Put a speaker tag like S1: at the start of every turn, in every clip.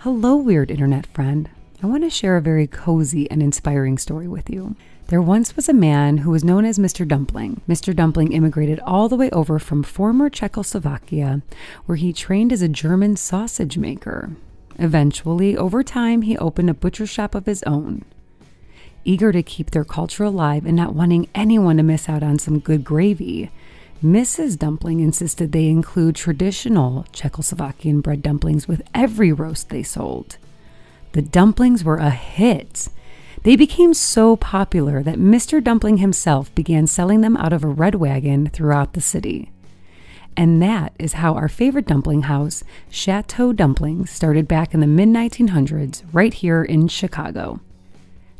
S1: Hello, weird internet friend. I want to share a very cozy and inspiring story with you. There once was a man who was known as Mr. Dumpling. Mr. Dumpling immigrated all the way over from former Czechoslovakia, where he trained as a German sausage maker. Eventually, over time, he opened a butcher shop of his own. Eager to keep their culture alive and not wanting anyone to miss out on some good gravy, Mrs. Dumpling insisted they include traditional Czechoslovakian bread dumplings with every roast they sold. The dumplings were a hit. They became so popular that Mr. Dumpling himself began selling them out of a red wagon throughout the city. And that is how our favorite dumpling house, Chateau Dumplings, started back in the mid 1900s right here in Chicago.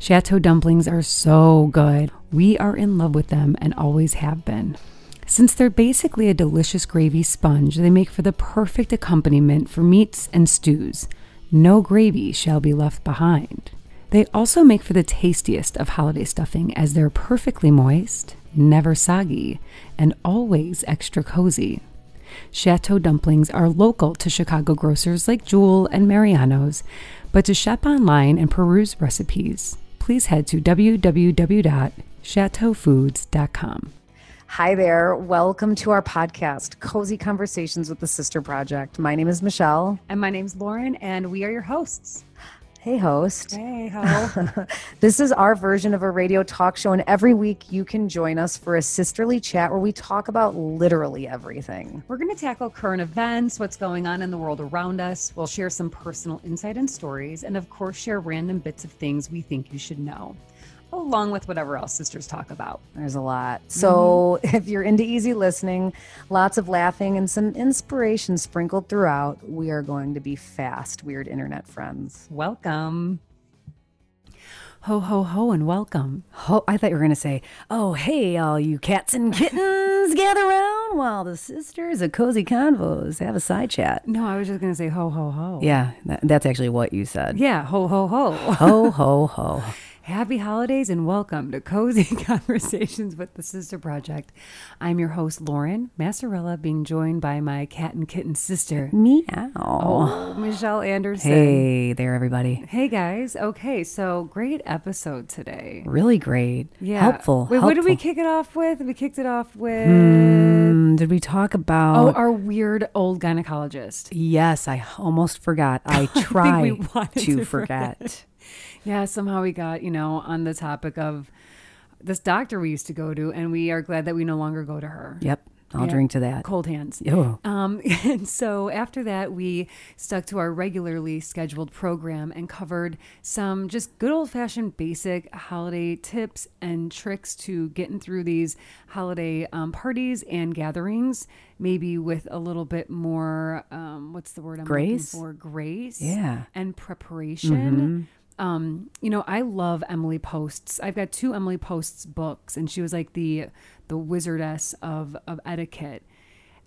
S1: Chateau dumplings are so good. We are in love with them and always have been. Since they're basically a delicious gravy sponge, they make for the perfect accompaniment for meats and stews. No gravy shall be left behind. They also make for the tastiest of holiday stuffing as they're perfectly moist, never soggy, and always extra cozy. Chateau dumplings are local to Chicago grocers like Jewel and Mariano's, but to shop online and peruse recipes, please head to www.chateaufoods.com.
S2: Hi there. Welcome to our podcast, Cozy Conversations with the Sister Project. My name is Michelle.
S1: And my name's Lauren, and we are your hosts.
S2: Hey, host.
S1: Hey, ho.
S2: this is our version of a radio talk show, and every week you can join us for a sisterly chat where we talk about literally everything.
S1: We're going to tackle current events, what's going on in the world around us. We'll share some personal insight and stories, and of course, share random bits of things we think you should know, along with whatever else sisters talk about.
S2: There's a lot. So if you're into easy listening, lots of laughing, and some inspiration sprinkled throughout, we are going to be fast, weird internet friends.
S1: Welcome. Ho, ho, ho, and welcome.
S2: Oh, I thought you were going to say, oh, hey, all you cats and kittens, gather around while the sisters of Cozy Convos have a side chat.
S1: No, I was just going to say ho, ho, ho.
S3: Yeah, that, that's actually what you said.
S1: Yeah, ho, ho, ho.
S3: Ho, ho, ho.
S1: Happy holidays and welcome to Cozy Conversations with the Sister Project. I'm your host, Lauren Massarella, being joined by my cat and kitten sister,
S3: Meow.
S1: oh, Michelle Anderson.
S3: Hey there, everybody.
S1: Hey, guys. Okay, so great episode today.
S3: Really great.
S1: Yeah.
S3: Helpful.
S1: Wait, what did we
S3: helpful.
S1: kick it off with? We kicked it off with
S3: Mm, did we talk
S1: oh,
S3: about?
S1: our weird old gynecologist.
S3: yes, I almost forgot. I try
S1: we wanted
S3: to,
S1: to
S3: forget.
S1: Yeah, somehow we got, you know, on the topic of this doctor we used to go to, and we are glad that we no longer go to her.
S3: Yep, I'll
S1: Yeah.
S3: drink to that.
S1: Cold hands.
S3: Oh,
S1: Um, and so after that, we stuck to our regularly scheduled program and covered some just good old fashioned basic holiday tips and tricks to getting through these holiday um, parties and gatherings, maybe with a little bit more, um, what's the word I'm
S3: Grace?
S1: looking for? Grace
S3: Yeah. Mm-hmm.
S1: and preparation. Um, you know, I love Emily Post's. I've got two Emily Post's books, and she was like the the wizardess of of etiquette.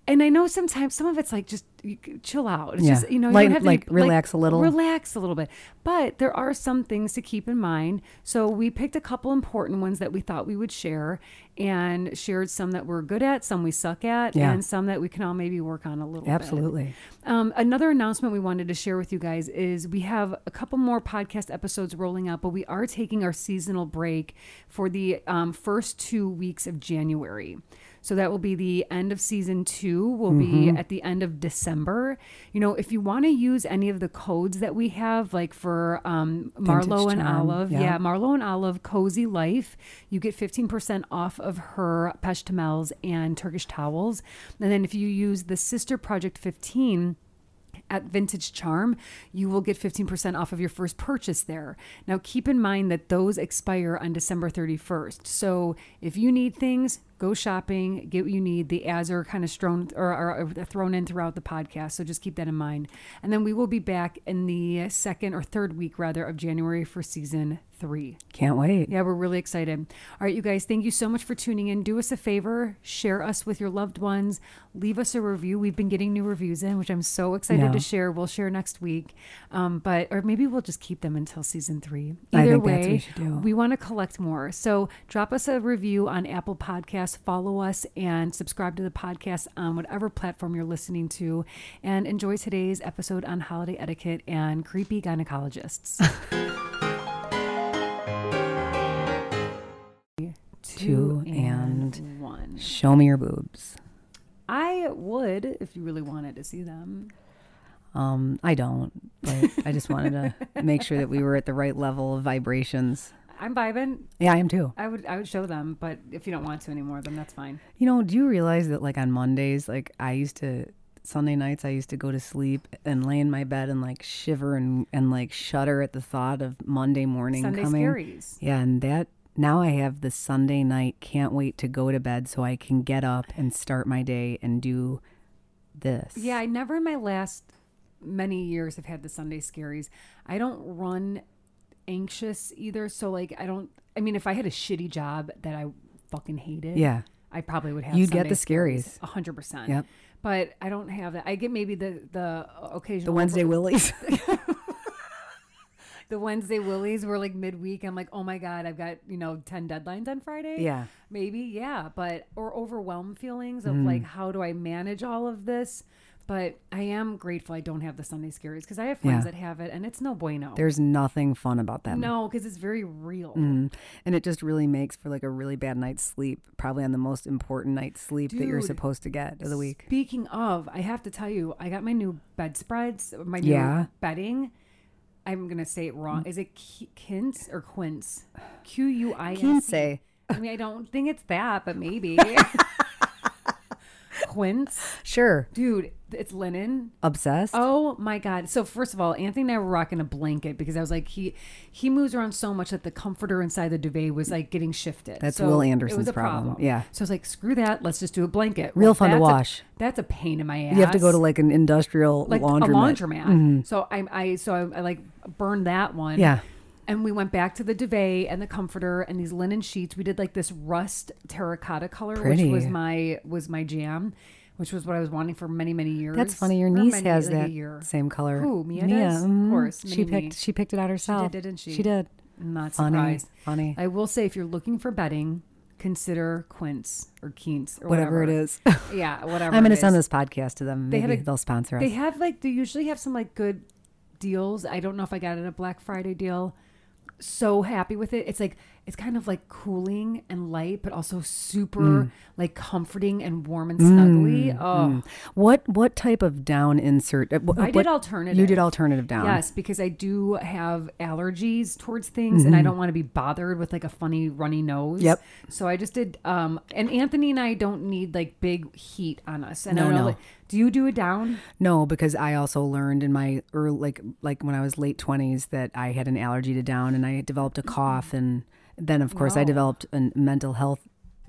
S1: And I know sometimes some of it's like just you, c- chill out. It's
S3: Yeah.
S1: just you know,
S3: Like-
S1: you don't have
S3: like,
S1: to be-
S3: relax a little.
S1: relax a little bit. But there are some things to keep in mind. So we picked a couple important ones that we thought we would share, and shared some that we're good at, some we suck at,
S3: Yeah.
S1: and some that we can all maybe work on a little bit.
S3: absolutely.
S1: Um, another announcement we wanted to share with you guys is we have a couple more podcast episodes rolling out, but we are taking our seasonal break for the um, first two weeks of January. So that will be the end of season two, will
S3: Mm-hmm.
S1: be at the end of December. You know, if you want to use any of the codes that we have, like for um, Marlo
S3: Vintage
S1: and
S3: charm,
S1: Olive,
S3: yeah.
S1: yeah, Uh, Marlo and Olive Cozy Life. You get 15% off of her Peshtemels and Turkish towels. And then if you use the Sister Project 15 at Vintage Charm, you will get 15% off of your first purchase there. Now keep in mind that those expire on December 31st. So if you need things, go shopping, get what you need. The ads are kind of thrown or are thrown in throughout the podcast, so just keep that in mind. And then we will be back in the second or third week rather of January for season 3.
S3: Can't wait.
S1: Yeah, we're really excited. All right, you guys, thank you so much for tuning in. Do us a favor, share us with your loved ones, leave us a review. We've been getting new reviews in, which I'm so excited to
S3: Yeah.
S1: share. We'll share next week, um, but or maybe we'll just keep them until season three.
S3: I
S1: Either
S3: think
S1: way,
S3: that's what we should do.
S1: we want to collect more. So drop us a review on Apple Podcasts podcast, follow us and subscribe to the podcast on whatever platform you're listening to. And enjoy today's episode on holiday etiquette and creepy gynecologists.
S3: Two and
S1: one.
S3: Show me your boobs.
S1: I would if you really wanted to see them.
S3: Um, I don't, but I just wanted to make sure that we were at the right level of vibrations.
S1: I'm vibing.
S3: Yeah, I am too.
S1: I would I would show them, but if you don't want to anymore, then that's fine.
S3: You know, do you realize that like on Mondays, like I used to Sunday nights I used to go to sleep and lay in my bed and like shiver and, and like shudder at the thought of Monday morning
S1: Sunday
S3: coming.
S1: scaries.
S3: Yeah, and that now I have the Sunday night can't wait to go to bed so I can get up and start my day and do this.
S1: Yeah, I never in my last many years have had the Sunday scaries. I don't run anxious either, so like I don't I mean if I had a shitty job that I fucking hated.
S3: Yeah.
S1: I probably would have
S3: You'd get
S1: Sunday
S3: the
S1: scaries,
S3: scaries.
S1: 100%.
S3: Yep.
S1: But I don't have that. I get maybe the the occasional
S3: The Wednesday Willies.
S1: the Wednesday willies were like midweek. I'm like, oh my god, I've got you know ten deadlines on Friday.
S3: Yeah.
S1: maybe yeah, but or overwhelmed feelings
S3: Mm-hmm.
S1: of like, how do I manage all of this? But I am grateful I don't have the Sunday scaries because I have friends
S3: Yeah.
S1: that have it, and it's no bueno.
S3: There's nothing fun about them.
S1: no, because it's very real.
S3: Mm. And it just really makes for like a really bad night's sleep, probably on the most important night's sleep that you're
S1: Dude.
S3: supposed to get of the week.
S1: Speaking of, I have to tell you, I got my new bedspreads, my new
S3: Yeah. Mm.
S1: bedding. I'm gonna say it wrong. Is it Ki- Kintz or Quince? Q U I N C. E.
S3: Quince.
S1: I mean, I don't think it's that, but maybe. Quince,
S3: Sure.
S1: dude, it's linen.
S3: Obsessed.
S1: Oh my god! So first of all, Anthony and I were rocking a blanket because I was like, he he moves around so much that the comforter inside the duvet was like getting shifted.
S3: That's
S1: So
S3: Will
S1: it was
S3: Anderson's
S1: a
S3: problem. Yeah.
S1: So I was like, screw that. Let's just do a blanket.
S3: Real
S1: Well,
S3: fun to
S1: that's a-
S3: wash.
S1: that's a pain in my ass
S3: you have to go to like an industrial
S1: like
S3: laundromat. Mm.
S1: a laundromat. So I, I so I, I like burned that one.
S3: Yeah.
S1: And we went back to the duvet and the comforter and these linen sheets. We did like this rust terracotta color,
S3: Pretty.
S1: which was my was my jam, which was what I was wanting for many many years.
S3: That's funny. Your
S1: Or
S3: niece
S1: many,
S3: has
S1: like, a
S3: that
S1: year.
S3: same color.
S1: Who, Mia does? Of
S3: mhm.
S1: course, mini
S3: She
S1: me.
S3: picked. She picked it out herself.
S1: didn't she?
S3: She did.
S1: I'm not
S3: Funny,
S1: surprised.
S3: funny.
S1: I will say, if you're looking for bedding, consider Quince or Keens or
S3: Whatever,
S1: whatever,
S3: it is.
S1: Yeah, whatever.
S3: I'm
S1: it
S3: going to
S1: is.
S3: send this podcast to them.
S1: They
S3: Maybe
S1: had a-
S3: they'll sponsor us.
S1: They have like they usually have some like good deals. I don't know if I got it at a Black Friday deal. So happy with it. It's like it's kind of like cooling and light, but also super
S3: Mm.
S1: like comforting and warm and snuggly. Oh,
S3: what what type of down insert? uh, wh-
S1: I did
S3: what-
S1: alternative.
S3: You did alternative down.
S1: Oh, Yes, because I do have allergies towards things and I don't want to be bothered with like a funny runny nose.
S3: Mm-hmm. Yep.
S1: So I just did um and Anthony and I don't need like big heat on us. And I
S3: No,
S1: don't know
S3: no.
S1: like, do you do it down?
S3: No, because I also learned in my early, like like when I was late twenties that I had an allergy to down, and I developed a cough, and then of course I
S1: Mm-hmm. Wow.
S3: developed a mental health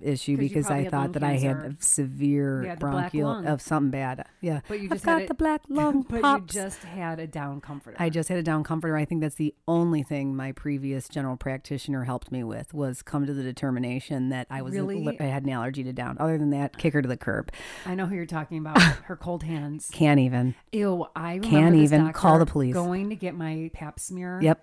S3: issue
S1: 'Cause you
S3: because
S1: probably
S3: I
S1: had lung
S3: thought that I
S1: cancer.
S3: had severe
S1: You had the black
S3: bronchial
S1: lung.
S3: of something bad. Yeah,
S1: But you
S3: I've
S1: just had
S3: got
S1: it-
S3: the black lung
S1: But
S3: pops.
S1: you just had a down comforter.
S3: I just had a down comforter. I think that's the only thing my previous general practitioner helped me with was come to the determination that I was
S1: Really?
S3: I had an allergy to down. Other than that, kick her to the curb.
S1: I know who you're talking about. Her cold hands.
S3: Can't even.
S1: Ew, I remember
S3: Can't
S1: this
S3: even call
S1: doctor
S3: the police.
S1: Going to get my pap smear.
S3: Yep,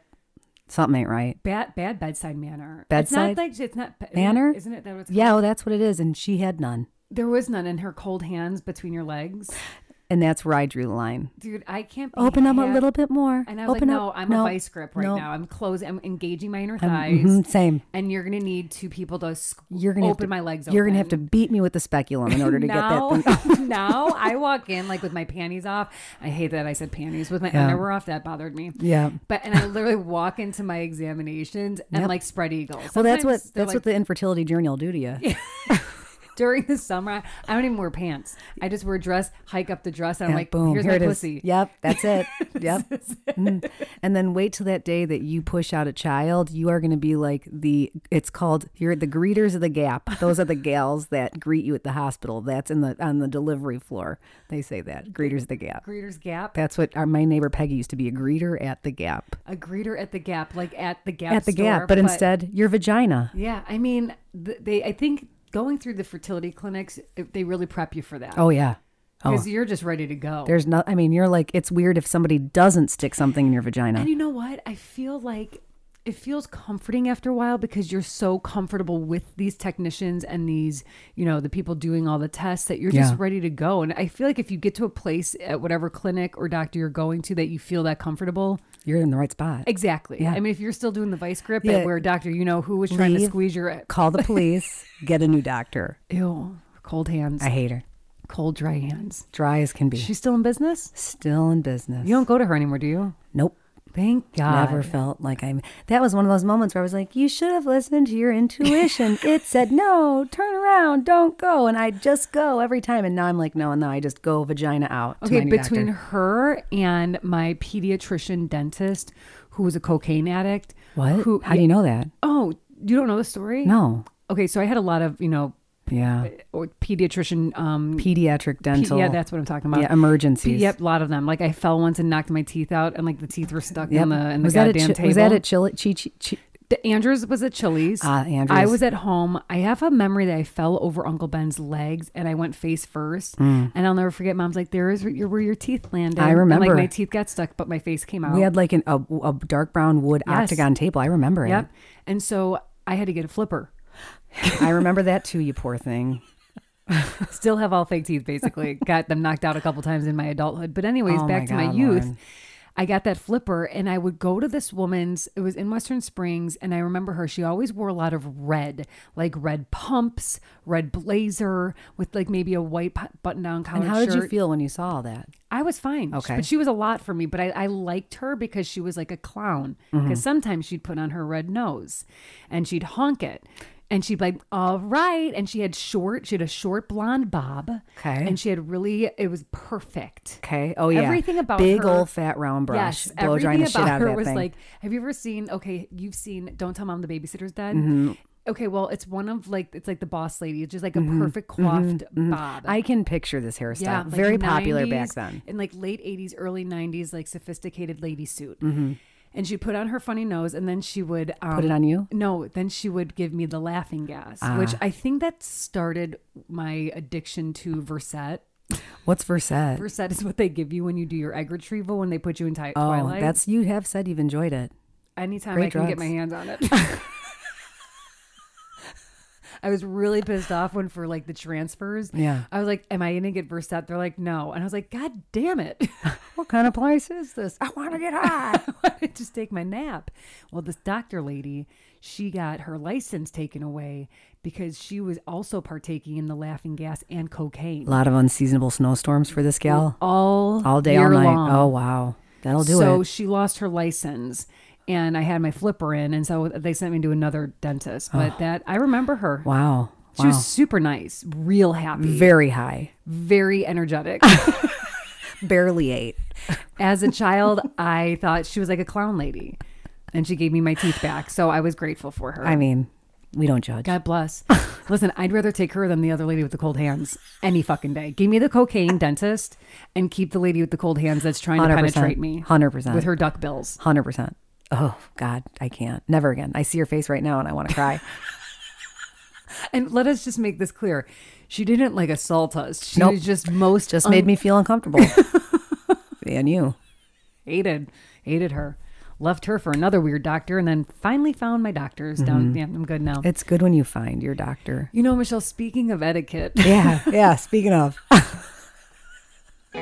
S3: something ain't right.
S1: Bad, bad bedside manner. It's not
S3: Bedside?
S1: like it's not isn't it-
S3: Manner?
S1: isn't it? That what it's
S3: Yeah,
S1: called?
S3: oh, that's what it is. And she had none.
S1: There was none in her cold hands between your legs,
S3: And that's where I drew the line.
S1: dude. I can't be
S3: Open up a
S1: hap-
S3: little bit more.
S1: And I was
S3: Open
S1: like,
S3: up.
S1: no, I'm a vice grip right
S3: no.
S1: now. I'm closing. I'm engaging my inner thighs,
S3: Mhm, same.
S1: and you're gonna need two people to squ-
S3: You're gonna have
S1: open
S3: to-
S1: my legs.
S3: You're gonna
S1: open.
S3: have to beat me with the speculum in order to
S1: now,
S3: get that thing.
S1: now I walk in like with my panties off. I hate that I said panties with my underwear off. That bothered me.
S3: Yeah.
S1: But and I literally walk into my examinations and like spread eagle.
S3: Well, that's
S1: Sometimes
S3: what that's
S1: they're
S3: what
S1: like-
S3: the infertility journey will do to you.
S1: during the summer. I, I don't even wear pants. I just wear a dress, hike up the dress, and I'm
S3: Yeah,
S1: like,
S3: boom,
S1: here's
S3: here
S1: my
S3: it is.
S1: pussy.
S3: Yep, that's it. yep. Mm. And then wait till that day that you push out a child. You are going to be like the, it's called, you're the greeters of the gap. Those are the gals that greet you at the hospital. That's in the, on the delivery floor. They say that, greeters of the gap.
S1: Greeter's Gap.
S3: That's what our, my neighbor Peggy used to be a greeter at the gap.
S1: A greeter at the Gap, like at the Gap.
S3: at the gap,
S1: store,
S3: but, instead, your vagina.
S1: yeah, I mean, th- they. I think going through the fertility clinics, it- they really prep you for that
S3: Oh, yeah. Oh,
S1: because you're just ready to go.
S3: there's no, I mean, you're like, it's weird if somebody doesn't stick something in your vagina.
S1: And you know what? I feel like it feels comforting after a while because you're so comfortable with these technicians and these, you know, the people doing all the tests that you're just
S3: Yeah.
S1: ready to go. And I feel like if you get to a place at whatever clinic or doctor you're going to that you feel that comfortable,
S3: You're in the right spot.
S1: exactly.
S3: Yeah.
S1: I mean, if you're still doing the vice grip
S3: Yeah.
S1: at where a doctor you know who was trying to
S3: Leave.
S1: squeeze your e-,
S3: Call the police. get a new doctor.
S1: ew, cold hands,
S3: I hate her.
S1: cold dry hands.
S3: Dry as can be.
S1: She's still in business.
S3: still in business.
S1: You don't go to her anymore, do you?
S3: nope.
S1: Thank God.
S3: Never felt like I'm. That was one of those moments where I was like, you should have listened to your intuition. it said, no, turn around, don't go. And I just go every time. And now I'm like, no, and now I just go vagina out. to
S1: Okay,
S3: my new
S1: between
S3: doctor.
S1: her and my pediatrician dentist, who was a cocaine addict.
S3: What?
S1: Who?
S3: How do you know that?
S1: Oh, you don't know the story?
S3: No.
S1: Okay, so I had a lot of you know,
S3: Yeah.
S1: or pediatrician. Um,
S3: Pediatric dental.
S1: Uh, yeah, that's what I'm talking about.
S3: Yeah, emergencies.
S1: Yep, a lot of them. Like I fell once and knocked my teeth out, and like the teeth were stuck
S3: Yep.
S1: in the in the
S3: was that
S1: goddamn
S3: at chi-
S1: table.
S3: was that at Chili? Chi- chi- chi-
S1: The Andrews was at Chili's.
S3: Ah, Andrews.
S1: I was at home. I have a memory that I fell over Uncle Ben's legs and I went face first. And I'll never forget. Mom's like, "There is where your, where your teeth landed."
S3: Hmm. I
S1: And,
S3: remember.
S1: like my teeth got stuck, but my face came out.
S3: we had like an, a, a dark brown wood
S1: Oh. Yes.
S3: octagon table. I remember
S1: yep. And so I had to get a flipper.
S3: it. I remember that too. You poor thing.
S1: Still have all fake teeth, basically. got them knocked out a couple times in my adulthood. But anyways,
S3: Oh
S1: back
S3: my
S1: to my
S3: God,
S1: youth.
S3: Lauren.
S1: I got that flipper and I would go to this woman's, it was in Western Springs, and I remember her. She always wore a lot of red, like red pumps, red blazer with like maybe a white button down collar.
S3: And how did you
S1: shirt.
S3: feel when you saw all that?
S1: I was fine.
S3: Okay.
S1: But she was a lot for me, but I, I liked her because she was like a clown.
S3: Mm-hmm.
S1: Because sometimes she'd put on her red nose and she'd honk it. And she'd be like, all right. And she had short, she had a short blonde bob.
S3: Okay.
S1: And she had really, it was perfect.
S3: Okay. Oh yeah.
S1: Everything about
S3: big
S1: her-
S3: old fat round brush.
S1: Yes,
S3: blow drying
S1: everything
S3: the shit
S1: about
S3: out of
S1: her
S3: that
S1: was
S3: thing.
S1: like, have you ever seen? Okay, you've seen. Don't tell mom the babysitter's dead.
S3: Mm-hmm.
S1: Okay, well, it's one of like it's like the boss lady. It's just like a perfect coiffed bob.
S3: Mm-hmm. I can picture this hairstyle.
S1: yeah, like
S3: Very popular
S1: 90s
S3: back then.
S1: in like late '80s, early '90s, like sophisticated lady suit. And she put on her funny nose, and then she would um,
S3: Mm-hmm. Put it on you? Ah.
S1: No, then she would give me the laughing gas, which I think that started my addiction to Versette.
S3: What's Versette?
S1: Versette is what they give you when you do your egg retrieval when they put you in ti-
S3: oh,
S1: Twilight.
S3: that's you have said you've enjoyed it.
S1: Anytime
S3: Great
S1: I can get my hands
S3: drugs.
S1: on it. I was really pissed off when for like the transfers.
S3: Yeah.
S1: I was like, am I gonna get versed out? They're like, no. And I was like, God damn it.
S3: What kind of place is this? I want to get high.
S1: I wanted to just take my nap. Well, this doctor lady, she got her license taken away because she was also partaking in the laughing gas and cocaine.
S3: A lot of unseasonable snowstorms for this gal.
S1: All
S3: All day,
S1: year
S3: all night.
S1: long.
S3: Oh wow, that'll do
S1: so
S3: it.
S1: she lost her license and I had my flipper in and so they sent me to another dentist. But that I remember her.
S3: Oh. Wow,
S1: She was super nice, real happy,
S3: very high.
S1: very energetic.
S3: Barely ate.
S1: As a child, I thought she was like a clown lady. And she gave me my teeth back. So I was grateful for her.
S3: I mean, we don't judge.
S1: God bless. Listen, I'd rather take her than the other lady with the cold hands any fucking day. Give me the cocaine dentist and keep the lady with the cold hands that's trying to
S3: 100%.
S1: penetrate me.
S3: 100%.
S1: With her duck bills.
S3: Hundred percent. Oh God, I can't. Never again. I see her face right now and I want to cry.
S1: And let us just make this clear. She didn't like assault us. She
S3: Nope.
S1: was just most
S3: Just made me feel uncomfortable. and you.
S1: hated hated her. Left her for another weird doctor and then finally found my doctors
S3: Mm-hmm.
S1: down yeah, I'm good now.
S3: It's good when you find your doctor.
S1: You know, Michelle, speaking of etiquette,
S3: Yeah, yeah. Speaking of,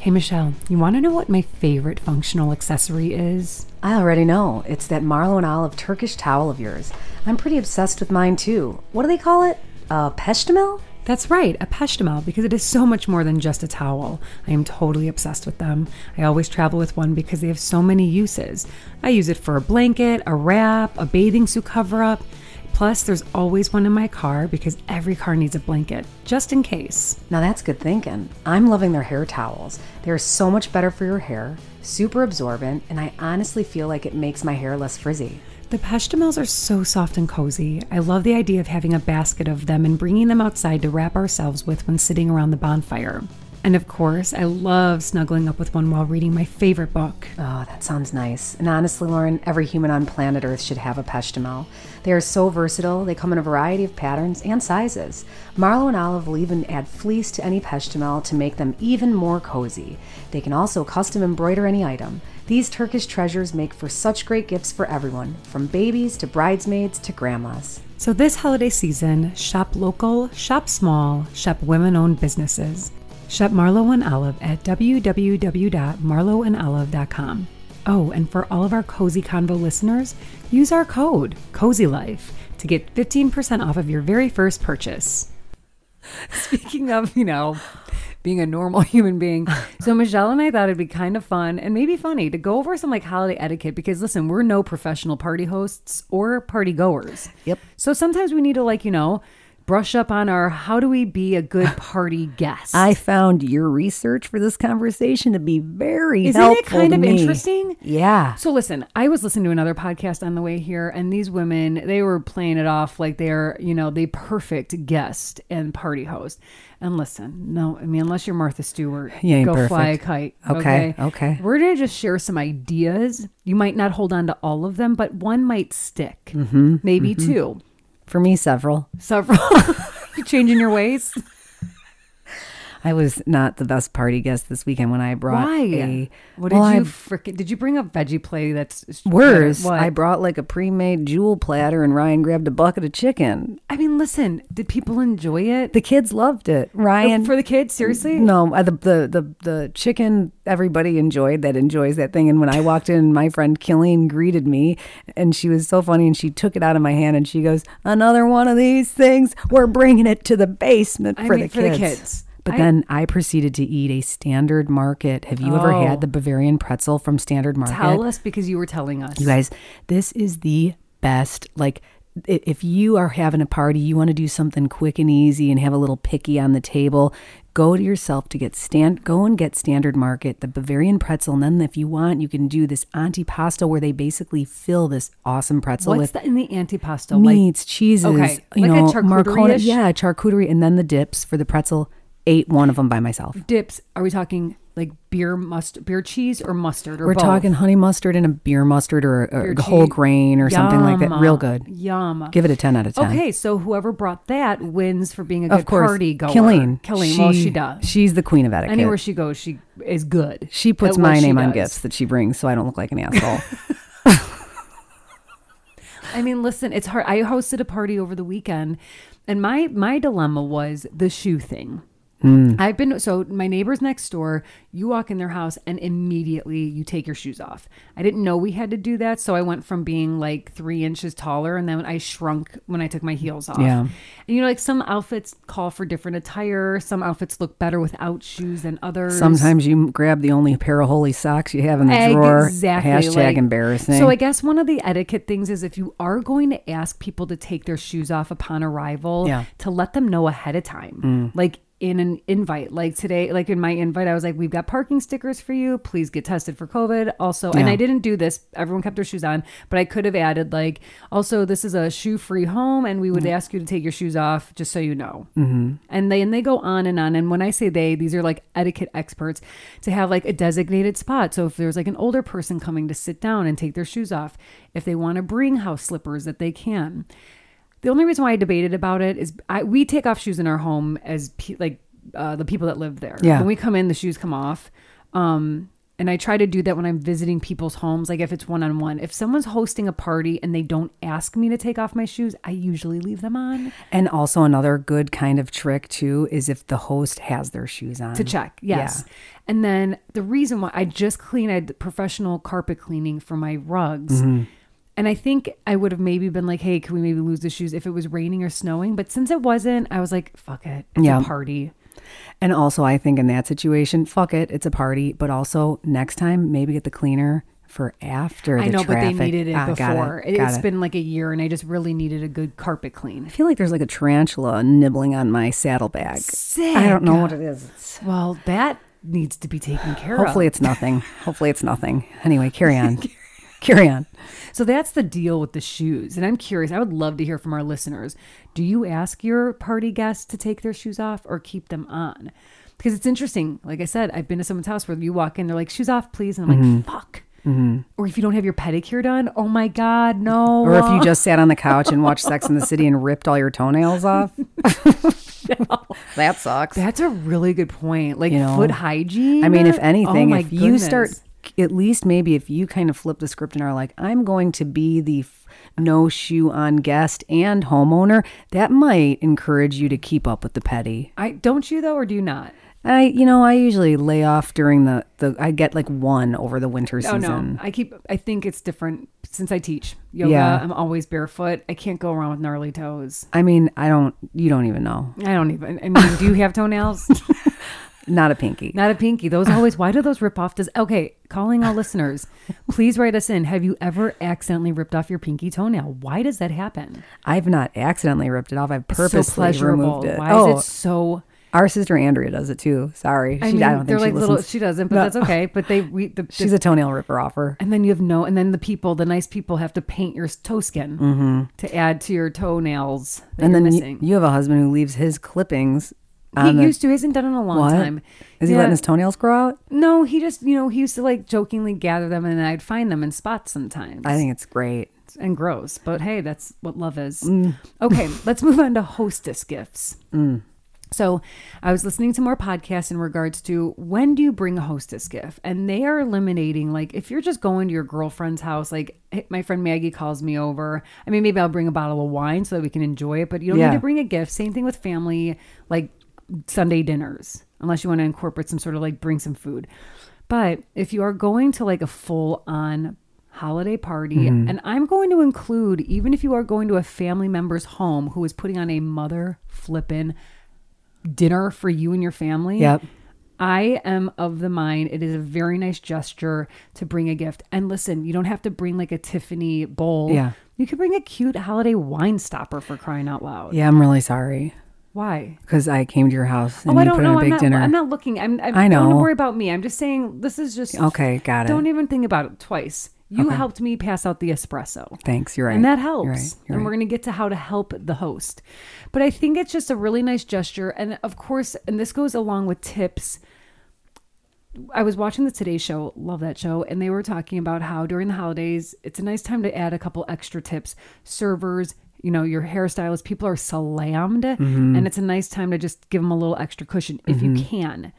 S1: Hey, Michelle, you want to know what my favorite functional accessory is?
S3: I already know it's that Marlo and Olive Turkish towel of yours. I'm pretty obsessed with mine too. What do they call it? A uh, peshtmel?
S1: That's right, a Peshtemel, because it is so much more than just a towel. I am totally obsessed with them. I always travel with one because they have so many uses. I use it for a blanket, a wrap, a bathing suit cover up. Plus, there's always one in my car because every car needs a blanket, just in case.
S3: Now that's good thinking. I'm loving their hair towels. They're so much better for your hair, super absorbent, and I honestly feel like it makes my hair less frizzy.
S1: The Peshtemels are so soft and cozy. I love the idea of having a basket of them and bringing them outside to wrap ourselves with when sitting around the bonfire. And of course, I love snuggling up with one while reading my favorite book.
S2: Oh, that sounds nice. And honestly, Lauren, every human on planet Earth should have a Peshtamel. They are so versatile, they come in a variety of patterns and sizes. Marlo and Olive will even add fleece to any Peshtamel to make them even more cozy. They can also custom embroider any item. These Turkish treasures make for such great gifts for everyone, from babies to bridesmaids to grandmas.
S1: So, this holiday season, shop local, shop small, shop women owned businesses. Shop Marlowe and Olive at www.marloweandolive.com. Oh, and for all of our Cozy Convo listeners, use our code COZYLIFE to get 15% off of your very first purchase. Speaking of, you know, being a normal human being. So Michelle and I thought it'd be kind of fun and maybe funny to go over some like holiday etiquette because listen, we're no professional party hosts or party goers.
S3: Yep.
S1: So sometimes we need to like, you know, brush up on our how do we be a good party guest.
S3: I found your research for this conversation to be very
S1: Isn't
S3: helpful.
S1: it kind
S3: to
S1: of
S3: me.
S1: interesting?
S3: Yeah.
S1: So listen, I was listening to another podcast on the way here, and these women, they were playing it off like they're, you know, the perfect guest and party host. And listen, no, I mean, unless you're Martha Stewart,
S3: You ain't
S1: go fly a
S3: perfect.
S1: kite.
S3: Okay, okay.
S1: We're gonna just share some ideas. You might not hold on to all of them, but one might stick.
S3: Mm-hmm,
S1: Maybe two,
S3: For me, several.
S1: several. you changing your ways.
S3: I was not the best party guest this weekend when I brought
S1: Why?
S3: a.
S1: what did
S3: well,
S1: you
S3: I-
S1: freaking? Did you bring a veggie play? That's
S3: Worse,
S1: What?
S3: I brought like a pre-made jewel platter, and Ryan grabbed a bucket of chicken.
S1: I mean, listen, did people enjoy it?
S3: The kids loved it. Ryan,
S1: for the kids, seriously?
S3: no, uh, the, the the the chicken everybody enjoyed that enjoys that thing. And when I walked in, my friend Killeen greeted me, and she was so funny. And she took it out of my hand, and she goes, "Another one of these things. We're bringing it to the basement
S1: I
S3: for
S1: mean,
S3: the
S1: for the
S3: kids."
S1: kids.
S3: But
S1: I-
S3: then I proceeded to eat a Standard Market. Have you ever
S1: Oh.
S3: had the Bavarian pretzel from Standard Market?
S1: Tell us because you were telling us.
S3: You guys, this is the best. Like, i- if you are having a party, you want to do something quick and easy and have a little picky on the table. Go to yourself to get stand. Go and get Standard Market, the Bavarian pretzel, and then if you want, you can do this antipasto where they basically fill this awesome pretzel
S1: What's
S3: with
S1: the, in the antipasto? Like,
S3: meats, cheeses,
S1: Okay,
S3: you
S1: like a
S3: know,
S1: charcuterie-ish?
S3: marcone. Yeah, charcuterie, and then the dips for the pretzel. Ate one of them by myself.
S1: dips? Are we talking like beer mustard, beer cheese, or mustard? Or
S3: We're
S1: both?
S3: talking honey mustard and a beer mustard or a- a,
S1: Beer
S3: whole
S1: cheese.
S3: grain or something like that.
S1: Yum.
S3: Real good.
S1: Yum.
S3: Give it a ten out of ten.
S1: Okay, so whoever brought that wins for being a good
S3: of course,
S1: party goer.
S3: Killeen.
S1: Killeen. well, she does.
S3: She's the queen of etiquette.
S1: Anywhere she goes, she is good.
S3: she puts
S1: at what
S3: my
S1: she
S3: name on
S1: does.
S3: gifts that she brings, so I don't look like an asshole.
S1: I mean, listen, it's hard. I hosted a party over the weekend, and my my dilemma was the shoe thing.
S3: Hmm.
S1: I've been so my neighbors next door. You walk in their house, and immediately you take your shoes off. I didn't know we had to do that, so I went from being like three inches taller, and then I shrunk when I took my heels off.
S3: Yeah.
S1: and you know, like some outfits call for different attire. Some outfits look better without shoes than others.
S3: Sometimes you grab the only pair of holy socks you have in the drawer.
S1: Exactly.
S3: Hashtag
S1: like-
S3: embarrassing.
S1: So I guess one of the etiquette things is if you are going to ask people to take their shoes off upon arrival,
S3: Yeah.
S1: to let them know ahead of time. Like in an invite, like today, like in my invite, I was like, "We've got parking stickers for you. Please get tested for COVID." Also, and
S3: Yeah.
S1: I didn't do this. Everyone kept their shoes on, but I could have added like, "Also, this is a shoe-free home, and we would ask you to take your shoes off, just so you know." Mm-hmm. And they and they go on and on. And when I say they, these are like etiquette experts to have like a designated spot. So if there's like an older person coming to sit down and take their shoes off, if they want to bring house slippers, that they can. The only reason why I debated about it is I, we take off shoes in our home as pe- like uh, the people that live there.
S3: Yeah.
S1: When we come in, the shoes come off. Um, and I try to do that when I'm visiting people's homes, like if it's one on one. If someone's hosting a party and they don't ask me to take off my shoes, I usually leave them on
S3: and also another good kind of trick too is if the host has their shoes on.
S1: to check. Yes. And then the reason why I just cleaned, I had professional carpet cleaning for my rugs.
S3: Mm-hmm.
S1: And I think I would have maybe been like, hey, can we maybe lose the shoes if it was raining or snowing? But since it wasn't, I was like, fuck it. It's
S3: Yeah.
S1: a party.
S3: And also, I think in that situation, fuck it, it's a party. But also, next time, maybe get the cleaner for after.
S1: I
S3: the
S1: know,
S3: traffic.
S1: but they needed it
S3: Ah, got
S1: before.
S3: It, got
S1: has
S3: it.
S1: been like a year, and I just really needed a good carpet clean.
S3: I feel like there's like a tarantula nibbling on my saddlebag.
S1: Sick.
S3: I don't know what it is. It's
S1: Well, that needs to be taken care of.
S3: Hopefully it's nothing. Hopefully it's nothing. Anyway, carry on. carry on.
S1: So that's the deal with the shoes. And I'm curious, I would love to hear from our listeners. Do you ask your party guests to take their shoes off or keep them on? because it's interesting. Like I said, I've been to someone's house where you walk in, they're like, "Shoes off, please," and I'm like,
S3: Mm-hmm.
S1: "Fuck." Or if you don't have your pedicure done, oh my god, no.
S3: Or if you just sat on the couch and watched Sex in the City and ripped all your toenails off. that sucks.
S1: That's a really good point. Like
S3: You know?
S1: foot hygiene.
S3: I mean, if
S1: Oh
S3: anything,
S1: my
S3: if you start,
S1: goodness.
S3: at least maybe if you kind of flip the script and are like, I'm going to be the f- no shoe on guest and homeowner, that might encourage you to keep up with the petty.
S1: I don't you though, or do you not?
S3: I, you know, I usually lay off during the, the I get like one over the winter
S1: Oh
S3: season.
S1: no, I keep. I think it's different since I teach yoga.
S3: Yeah.
S1: I'm always barefoot. I can't go around with gnarly toes.
S3: I mean, I don't, you don't even know.
S1: I don't even. I mean, do you have toenails?
S3: Not a pinky.
S1: Not a pinky. Those always. Why do those rip off? Does okay? Calling all listeners, please write us in. Have you ever accidentally ripped off your pinky toenail? Why does that happen?
S3: I've not accidentally ripped it off. I've
S1: It's so
S3: purposely removed it.
S1: Why
S3: oh,
S1: is it so?
S3: our sister Andrea does it too. Sorry.
S1: I
S3: she,
S1: mean,
S3: I don't
S1: they're
S3: think she
S1: like little.
S3: listens.
S1: She doesn't, but
S3: No.
S1: that's okay. But they. We, the,
S3: She's a toenail ripper offer.
S1: and then you have no. And then the people, the nice people, have to paint your toe skin to add to your toenails. That
S3: Mm-hmm. and
S1: you're
S3: then y-
S1: missing.
S3: you have a husband who leaves his clippings
S1: He
S3: on the
S1: used to. He hasn't done it in a long
S3: what?
S1: time.
S3: Is he
S1: Yeah.
S3: letting his toenails grow out?
S1: No, he just, you know, he used to like jokingly gather them and I'd find them in spots sometimes.
S3: I think it's great.
S1: and gross, but hey, that's what love is.
S3: Mm.
S1: Okay, let's move on to hostess gifts. So, I was listening to more podcasts in regards to when do you bring a hostess gift? And they are eliminating, like, if you're just going to your girlfriend's house, like, hey, my friend Maggie calls me over. I mean, maybe I'll bring a bottle of wine so that we can enjoy it, but you don't
S3: Yeah.
S1: need to bring a gift. Same thing with family, like, Sunday dinners, unless you want to incorporate some sort of like bring some food. But if you are going to like a full on holiday party, and I'm going to include, even if you are going to a family member's home who is putting on a mother flippin' dinner for you and your family.
S3: Yep.
S1: I am of the mind it is a very nice gesture to bring a gift. And listen, you don't have to bring like a Tiffany bowl.
S3: Yeah.
S1: You could bring a cute holiday wine stopper for crying out loud.
S3: Yeah, I'm really sorry
S1: Why?
S3: because I came to your house and
S1: oh,
S3: you
S1: I don't
S3: put
S1: know.
S3: on a
S1: I'm
S3: big
S1: not.
S3: dinner.
S1: I'm not looking. I'm. I'm
S3: I know.
S1: Don't worry about me. I'm just saying. This is just.
S3: Okay, got it.
S1: Don't even think about it twice. You helped me pass out the espresso.
S3: Thanks, you're right.
S1: And that
S3: You're
S1: helps.
S3: right, you're
S1: and we're
S3: right.
S1: going to get to how to help the host. But I think it's just a really nice gesture. And of course, and this goes along with tips. I was watching the Today Show, love that show, and they were talking about how during the holidays, it's a nice time to add a couple extra tips. Servers, you know, your hairstylist, people are slammed,
S3: Mm-hmm.
S1: and it's a nice time to just give them a little extra cushion if you can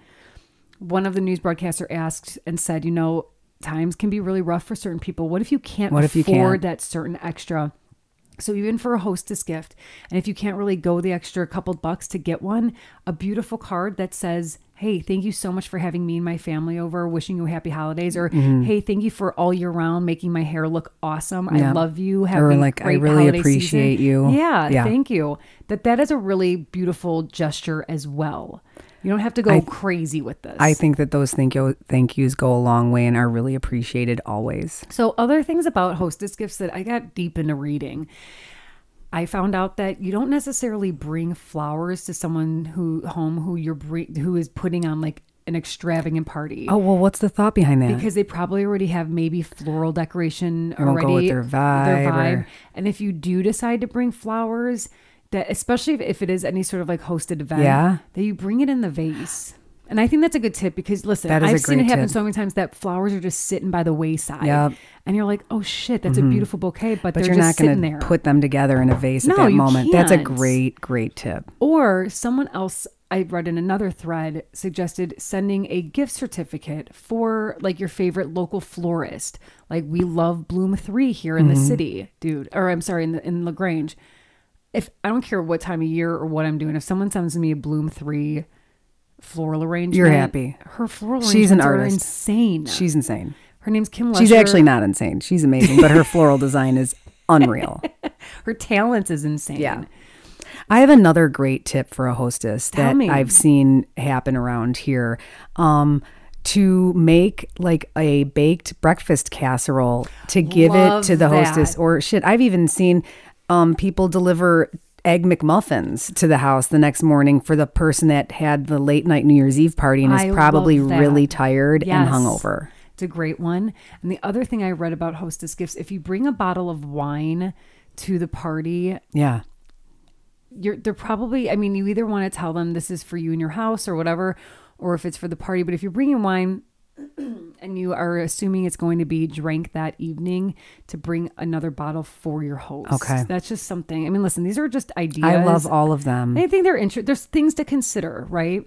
S1: one of the news broadcaster asked and said, you know, times can be really rough for certain people. What if you can't
S3: What if you
S1: afford
S3: can't?
S1: that certain extra? So even for a hostess gift, and if you can't really go the extra couple bucks to get one, a beautiful card that says, "Hey, thank you so much for having me and my family over. Wishing you happy holidays." Or,
S3: Mm-hmm.
S1: "Hey, thank you for all year round making my hair look awesome. I
S3: Yeah.
S1: love you.
S3: Or
S1: Having
S3: like, "I
S1: great
S3: really
S1: holiday
S3: appreciate
S1: season."
S3: you.
S1: Yeah,
S3: Yeah.
S1: thank you. That that is a really beautiful gesture as well. You don't have to go crazy with this.
S3: I think that those thank you thank yous go a long way and are really appreciated always.
S1: So, other things about hostess gifts that I got deep into reading. I found out that you don't necessarily bring flowers to someone who home who you're bring, who is putting on like an extravagant party
S3: Oh well, what's the thought behind that?
S1: because they probably already have maybe floral decoration
S3: won't
S1: already
S3: go with their vibe or-
S1: And if you do decide to bring flowers, that especially if, if it is any sort of like hosted event,
S3: Yeah.
S1: that you bring it in the vase. And I think that's a good tip because listen,
S3: That is a
S1: I've seen it
S3: great
S1: happen
S3: tip.
S1: so many times that flowers are just sitting by the wayside,
S3: Yep.
S1: and you're like, "Oh shit, that's a beautiful bouquet," but,
S3: Mm-hmm. but
S1: they're
S3: you're
S1: just
S3: not
S1: sitting
S3: going
S1: there.
S3: to put them together in a vase at
S1: No,
S3: that
S1: you
S3: moment. That's a
S1: can't.
S3: great, great tip.
S1: Or someone else I read in another thread suggested sending a gift certificate for like your favorite local florist. Like we love Bloom 3 here in
S3: Mm-hmm.
S1: the city, dude. Or I'm sorry, in the, in Lagrange. If I don't care what time of year or what I'm doing, if someone sends me a Bloom 3 floral arrangement,
S3: happy.
S1: Her floral
S3: She's an
S1: arrangements
S3: artist.
S1: are insane.
S3: She's insane.
S1: her name's Kim Lesher.
S3: She's actually not insane. She's amazing, but her floral design is unreal.
S1: her talents is insane.
S3: Yeah. I have another great tip for a hostess that
S1: me.
S3: I've seen happen around here. Um, to make like a baked breakfast casserole to give
S1: Love
S3: it to the
S1: that.
S3: hostess or shit. I've even seen um, people deliver egg McMuffins to the house the next morning for the person that had the late night New Year's Eve party and
S1: I
S3: is
S1: love
S3: probably
S1: that.
S3: really tired
S1: Yes.
S3: and hungover.
S1: It's a great one. And the other thing I read about hostess gifts, if you bring a bottle of wine to the party,
S3: Yeah.
S1: you're they're probably I mean, you either want to tell them this is for you in your house or whatever, or if it's for the party. But if you're bringing wine and you are assuming it's going to be drank that evening, to bring another bottle for your host.
S3: Okay.
S1: That's just something. I mean, listen, these are just ideas.
S3: I love all of them.
S1: I think they're interesting. There's things to consider, right?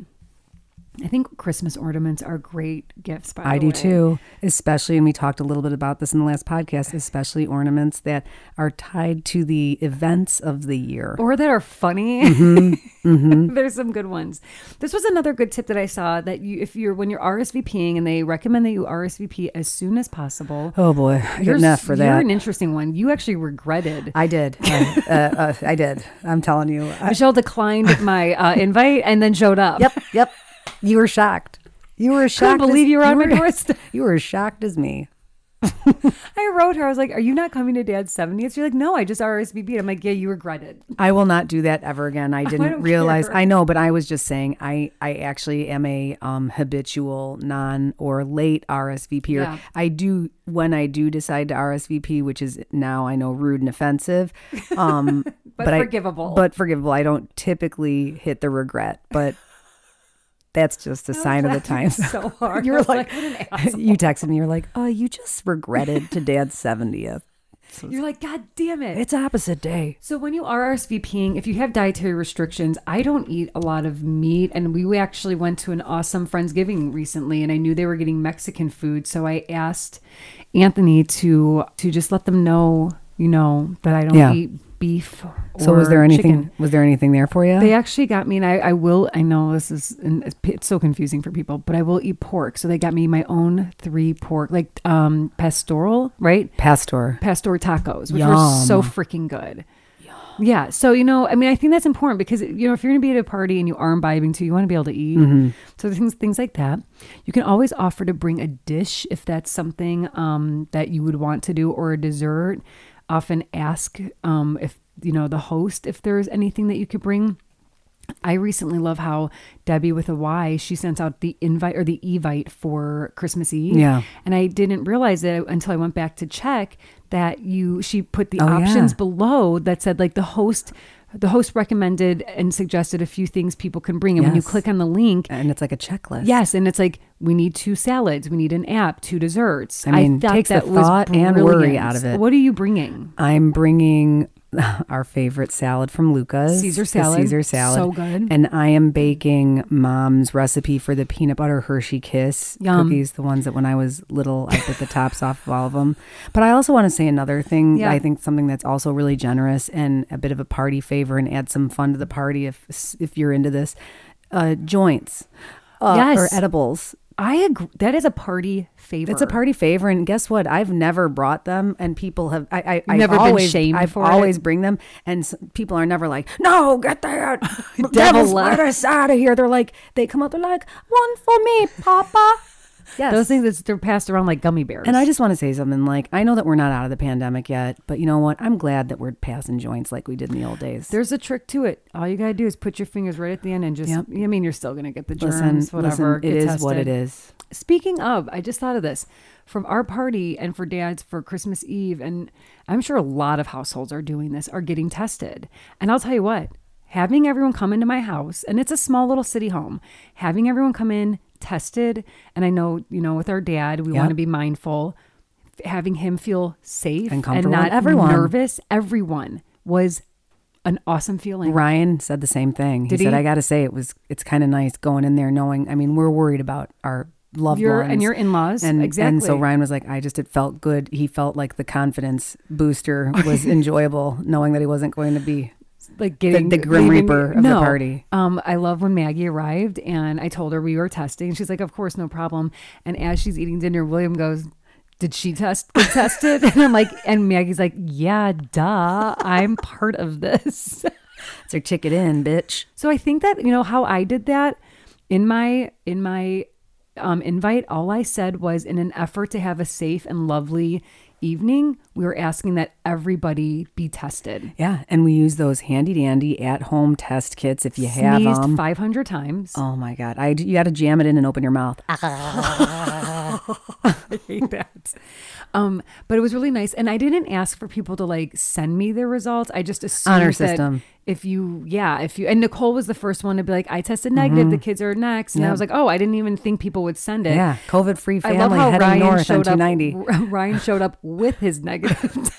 S1: I think Christmas ornaments are great gifts. By
S3: I
S1: the
S3: do
S1: way.
S3: too, especially, and we talked a little bit about this in the last podcast, especially ornaments that are tied to the events of the year.
S1: or that are funny.
S3: Mm-hmm.
S1: There's some good ones. This was another good tip that I saw that you, if you're when you're RSVPing, and they recommend that you RSVP as soon as possible.
S3: Oh boy, I
S1: You're
S3: get enough for
S1: You're
S3: that.
S1: an interesting one. You actually regretted.
S3: I did. I, uh, uh, I did. I'm telling you. I,
S1: Michelle declined my uh, invite and then showed up.
S3: yep, yep. You were shocked. You were shocked.
S1: believe
S3: as,
S1: you were on my
S3: were-
S1: doorstep.
S3: You were as shocked as me.
S1: I wrote her. I was like, "Are you not coming to Dad's 70th?" She's like, "No, I just RSVP'd." I'm like, "Yeah, you regretted."
S3: I will not do that ever again. I didn't
S1: don't
S3: realize.
S1: care.
S3: I know, but I was just saying. I I actually am a um, habitual non or late RSVPer.
S1: Yeah.
S3: I do when I do decide to RSVP, which is now I know rude and offensive, um,
S1: But
S3: I-
S1: forgivable.
S3: but forgivable. I don't typically hit the regret, but that's just
S1: Oh,
S3: a sign of the times.
S1: so hard.
S3: You
S1: I
S3: were
S1: was
S3: like,
S1: "What an ass."
S3: you texted me. You're like, oh, you just regretted to Dad's seventieth.
S1: you're like, "God damn it!"
S3: It's opposite day.
S1: So when you are RSVPing, if you have dietary restrictions, I don't eat a lot of meat, and we we actually went to an awesome friendsgiving recently, and I knew they were getting Mexican food, so I asked Anthony to to just let them know, you know, that I don't
S3: Yeah.
S1: eat beef. Or
S3: So was there anything?
S1: chicken.
S3: Was there anything there for you?
S1: They actually got me, and I, I will. I know this is and it's- it's so confusing for people, but I will eat pork. So they got me my own three pork, like um pastoral, right?
S3: Pastor.
S1: pastor tacos, which were
S3: Yum.
S1: so freaking good. Yeah. So, you know, I mean, I think that's important because, you know, if you're going to be at a party and you are imbibing too, you want to be able to eat. So, things, things like that. You can always offer to bring a dish if that's something um, that you would want to do or a dessert. Often ask um, if, you know, the host if there's anything that you could bring. I recently love how Debbie with a Y, she sends out the invite or the evite for Christmas Eve.
S3: Yeah.
S1: And I didn't realize it until I went back to check that you she put the
S3: Oh,
S1: options
S3: yeah.
S1: below that said like the host the host recommended and suggested a few things people can bring. And when you
S3: Yes.
S1: click on the link,
S3: and it's like a checklist.
S1: yes, and it's like we need two salads, we need an app, two desserts.
S3: I mean,
S1: thought
S3: takes the
S1: that was
S3: thought and worry
S1: brilliant.
S3: out of it.
S1: What are you bringing?
S3: I'm bringing our favorite salad from Luca's
S1: Caesar
S3: the
S1: salad.
S3: Caesar salad,
S1: So good.
S3: And I am baking Mom's recipe for the peanut butter Hershey Kiss
S1: Yum.
S3: cookies, the ones that when I was little, I put the tops off of all of them. But I also want to say another thing.
S1: Yeah.
S3: I think something that's also really generous and a bit of a party favor, and add some fun to the party if if you're into this. Uh, joints, uh,
S1: Yes.
S3: or edibles.
S1: I agree. That is a party favor.
S3: It's a party favor, and guess what? I've never brought them, and people have. I, I I've
S1: never been
S3: always,
S1: shamed
S3: I've
S1: for it?
S3: always bring them, and s people are never like, "No, get that
S1: Devil
S3: devil, let
S1: left."
S3: us out of here." They're like, they come up, they're like, "One for me, Papa." Yes.
S1: Those things that they're passed around like gummy bears.
S3: and I just want to say something like, I know that we're not out of the pandemic yet, but you know what? I'm glad that we're passing joints like we did in the old days.
S1: There's a trick to it. All you gotta do is put your fingers right at the end and just.
S3: Yep.
S1: I mean, you're still gonna get the germs,
S3: listen,
S1: whatever.
S3: listen, it
S1: get
S3: is what it
S1: tested.
S3: is.
S1: Speaking of, I just thought of this from our party and for dads for Christmas Eve, and I'm sure a lot of households are doing this, are getting tested. And I'll tell you what, having everyone come into my house, and it's a small little city home, having everyone come in tested, and I know you know with our dad, we
S3: Yep.
S1: want to be mindful, f- having him feel safe
S3: And comfortable,
S1: not
S3: everyone.
S1: nervous. Everyone was an awesome feeling.
S3: Ryan said the same thing.
S1: Did
S3: he said,
S1: he?
S3: "I got to say, it was it's kind of nice going in there knowing. I mean, we're worried about our loved
S1: Your-
S3: ones
S1: and your in-laws.
S3: and And
S1: Exactly.
S3: so Ryan was like, "I just it felt good. He felt like the confidence booster was enjoyable, knowing that he wasn't going to be
S1: like getting
S3: the Grim
S1: leaving-
S3: Reaper of the party.
S1: Um, I love when Maggie arrived and I told her we were testing. and She's like, "Of course, no problem." And as she's eating dinner, William goes, "Did she test get tested?" and I'm like, and Maggie's like, "Yeah, duh, I'm part of this."
S3: it's like chicken in, bitch."
S1: So I think that you know how I did that in my in my um, invite. All I said was, in an effort to have a safe and lovely evening, we were asking that everybody be tested.
S3: Yeah, and we use those handy dandy at home test kits if you have
S1: Sneezed
S3: them.
S1: 500 times. Ah.
S3: Oh my god, I you got to jam it in and open your mouth.
S1: I hate that. Um, but it was really nice, and I didn't ask for people to like send me their results. I just assumed
S3: Honor
S1: that
S3: system.
S1: If you, yeah, if you, and Nicole was the first one to be like, I tested negative. The kids are next, and I was like, oh, I didn't even think people would send it.
S3: Mm-hmm. Yeah, COVID free
S1: I
S3: family
S1: love how
S3: heading
S1: Ryan
S3: north on
S1: showed up.
S3: 290.
S1: Ryan showed up with his negative. test.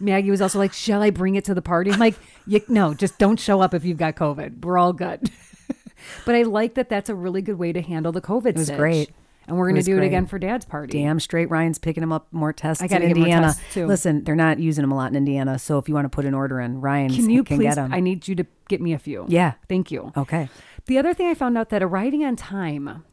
S1: Maggie was also like, "Shall I bring it to the party?" I'm like, "You- "No, just don't show up if you've got COVID. We're all good." but I like that. That's a really good way to handle the COVID. It
S3: was great.
S1: and we're
S3: It
S1: going to
S3: was
S1: do it
S3: great.
S1: again for Dad's party.
S3: Damn straight, Ryan's picking him up more tests
S1: I gotta
S3: in
S1: get more
S3: Indiana.
S1: tests, too.
S3: Listen, they're not using them a lot in Indiana, so if you want to put an order in, Ryan's
S1: Can you
S3: can
S1: please?
S3: get them.
S1: I need you to get me a few.
S3: Yeah.
S1: thank you.
S3: okay.
S1: The other thing I found out that arriving on time.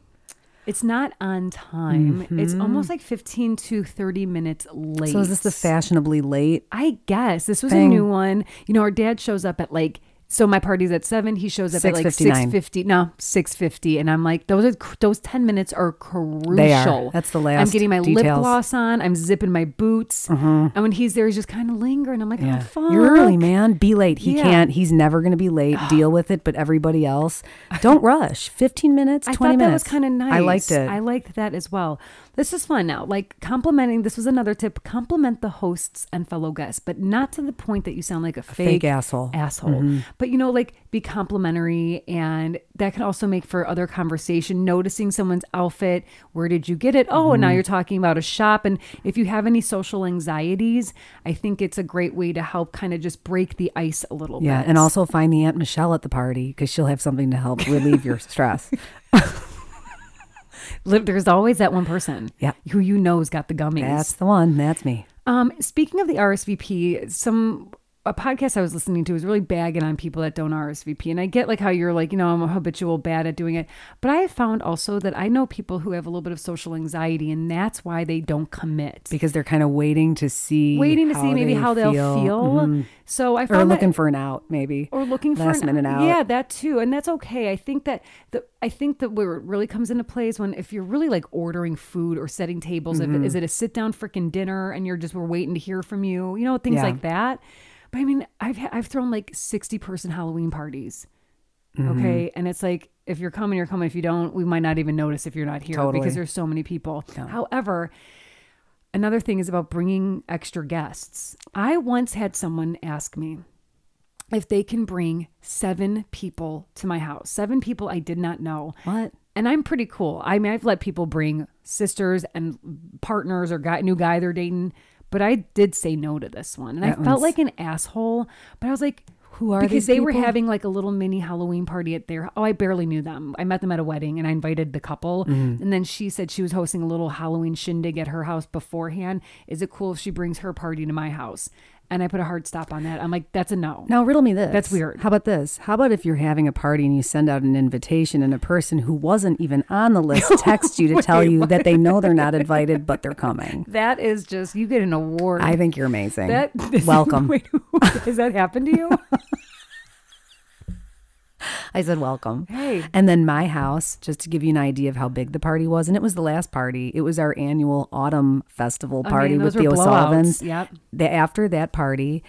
S1: It's not on time. It's almost like 15 to 30 minutes late.
S3: Mm-hmm. So is this the fashionably late?
S1: I guess this was
S3: Thing.
S1: a new one. You know, our dad shows up at like so my party's at seven. He shows up at like six
S3: 6:59.
S1: fifty. No, six fifty, and I'm like, those are cr- those ten minutes are crucial.
S3: That's the
S1: I'm
S3: last
S1: getting my lip
S3: details. Mm-hmm.
S1: gloss on. I'm zipping my boots, and when he's there, he's just kind of lingering. I'm like, oh, fuck.
S3: You're early, man. Be late. He
S1: Yeah.
S3: can't. He's never going to be late. Deal with it. But everybody else, don't rush. 15 minutes,
S1: I
S3: 20
S1: thought that
S3: minutes.
S1: was kind of nice.
S3: I liked it.
S1: I liked that as well. This is fun now. Like complimenting. This was another tip. Compliment the hosts and fellow guests, but not to the point that you sound like a fake,
S3: fake mm-hmm. asshole.
S1: Asshole. But you know, like be complimentary, and that can also make for other conversation. Noticing someone's outfit. Where did you get it? Oh, and now
S3: Mm-hmm.
S1: you're talking about a shop. And if you have any social anxieties, I think it's a great way to help kind of just break the ice a little
S3: yeah.
S1: bit.
S3: And also find the Aunt Michelle at the party because she'll have something to help relieve your stress.
S1: Li- there's always that one person.
S3: Yeah.
S1: Who you know's got the gummies.
S3: That's the one. That's me.
S1: Um, speaking of the RSVP, some a podcast I was listening to was really bagging on people that don't RSVP, and I get like how you're like, you know, I'm a habitual bad at doing it, but I have found also that I know people who have a little bit of social anxiety, and that's why they don't commit.
S3: Because they're kind of waiting to see.
S1: Waiting to see maybe how they'll feel. Mm-hmm. So I found
S3: Or
S1: that-
S3: looking for an out, maybe.
S1: or looking for
S3: last
S1: an-
S3: minute out.
S1: Yeah, that too, and that's okay. I think that the I think that where it really comes into play is when if you're really like ordering food or setting tables.
S3: Mm-hmm.
S1: If, is it a sit down freaking dinner and you're just we're waiting to hear from you? You know things
S3: Yeah.
S1: like that. But I mean, I've ha- I've thrown like sixty person Halloween parties. Okay, and it's like if you're coming, you're coming. If you don't, we might not even notice if you're not here
S3: Totally.
S1: because there's so many people. However. Another thing is about bringing extra guests. I once had someone ask me, if they can bring seven people to my house, seven people I did not know.
S3: What?
S1: And I'm pretty cool. I mean, I've let people bring sisters and partners or guy, new guy they're dating, but I did say no to this one. And I felt like an asshole, but I was like, who
S3: are
S1: because
S3: these
S1: they were
S3: people?
S1: having like a little mini Halloween party at their. Oh, I barely knew them. I met them at a wedding, and I invited the couple.
S3: Mm-hmm.
S1: And then she said she was hosting a little Halloween shindig at her house beforehand. Is it cool if she brings her party to my house? And I put a hard stop on that. I'm like, that's a no.
S3: Now riddle me this.
S1: That's weird.
S3: How about this? How about if you're having a party and you send out an invitation and a person who wasn't even on the list texts you to tell you that they know they're not invited but they're coming.
S1: That is just you get an award.
S3: I think you're amazing.
S1: that
S3: welcome.
S1: Wait, has that happened to you?
S3: I said welcome.
S1: Hey.
S3: And then my house, just to give you an idea of how big the party was, and it was the last party. It was our annual autumn festival party
S1: Oh, those
S3: with
S1: were
S3: the O'Sullivans.
S1: blowouts. Yep.
S3: The, after that party,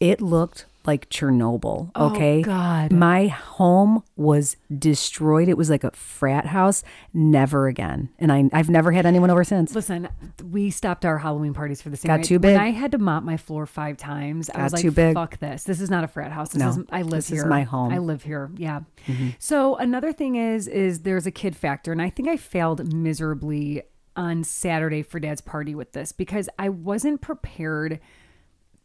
S3: it looked like Chernobyl. Okay.
S1: Oh, God.
S3: My home was destroyed. It was like a frat house. Never again. And I, I've never had anyone over since.
S1: Listen, we stopped our Halloween parties for the same.
S3: Got
S1: reason.
S3: too big.
S1: When I had to mop my floor five times. I was like,
S3: too big.
S1: "Fuck this! This is not a frat house. This
S3: No.
S1: is I live
S3: This
S1: here.
S3: is my home. Mm-hmm.
S1: I live here. Yeah." So another thing is, is there's a kid factor, and I think I failed miserably on Saturday for Dad's party with this because I wasn't prepared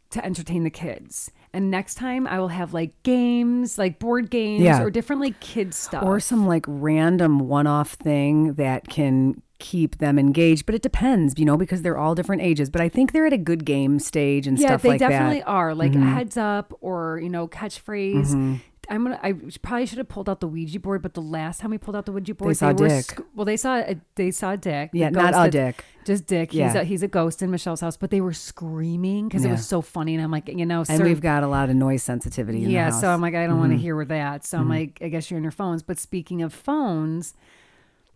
S1: to entertain the kids. And next time I will have like games, like board games,
S3: Yeah.
S1: or different like kid stuff.
S3: or some like random one-off thing that can keep them engaged but it depends you know because they're all different ages but i think they're at a good game stage and
S1: yeah,
S3: stuff
S1: they
S3: like
S1: definitely
S3: that Mm-hmm.
S1: are like a heads up or you know catchphrase. I'm gonna. I sh- probably should have pulled out the Ouija board, but the last time we pulled out the Ouija board,
S3: saw
S1: were
S3: dick.
S1: sc- well, they saw a, they saw a dick. the
S3: Yeah,
S1: ghost
S3: not a
S1: that's-
S3: dick.
S1: Just dick. He's
S3: Yeah.
S1: a, he's a ghost in Michelle's house, but they were screaming because it was so funny, and I'm like, you know,
S3: and
S1: sir,
S3: we've got a lot of noise sensitivity in
S1: yeah.
S3: the house Mm-hmm.
S1: So I'm like, I don't want to hear with that. So I'm like, I guess you're in your phones. But speaking of phones,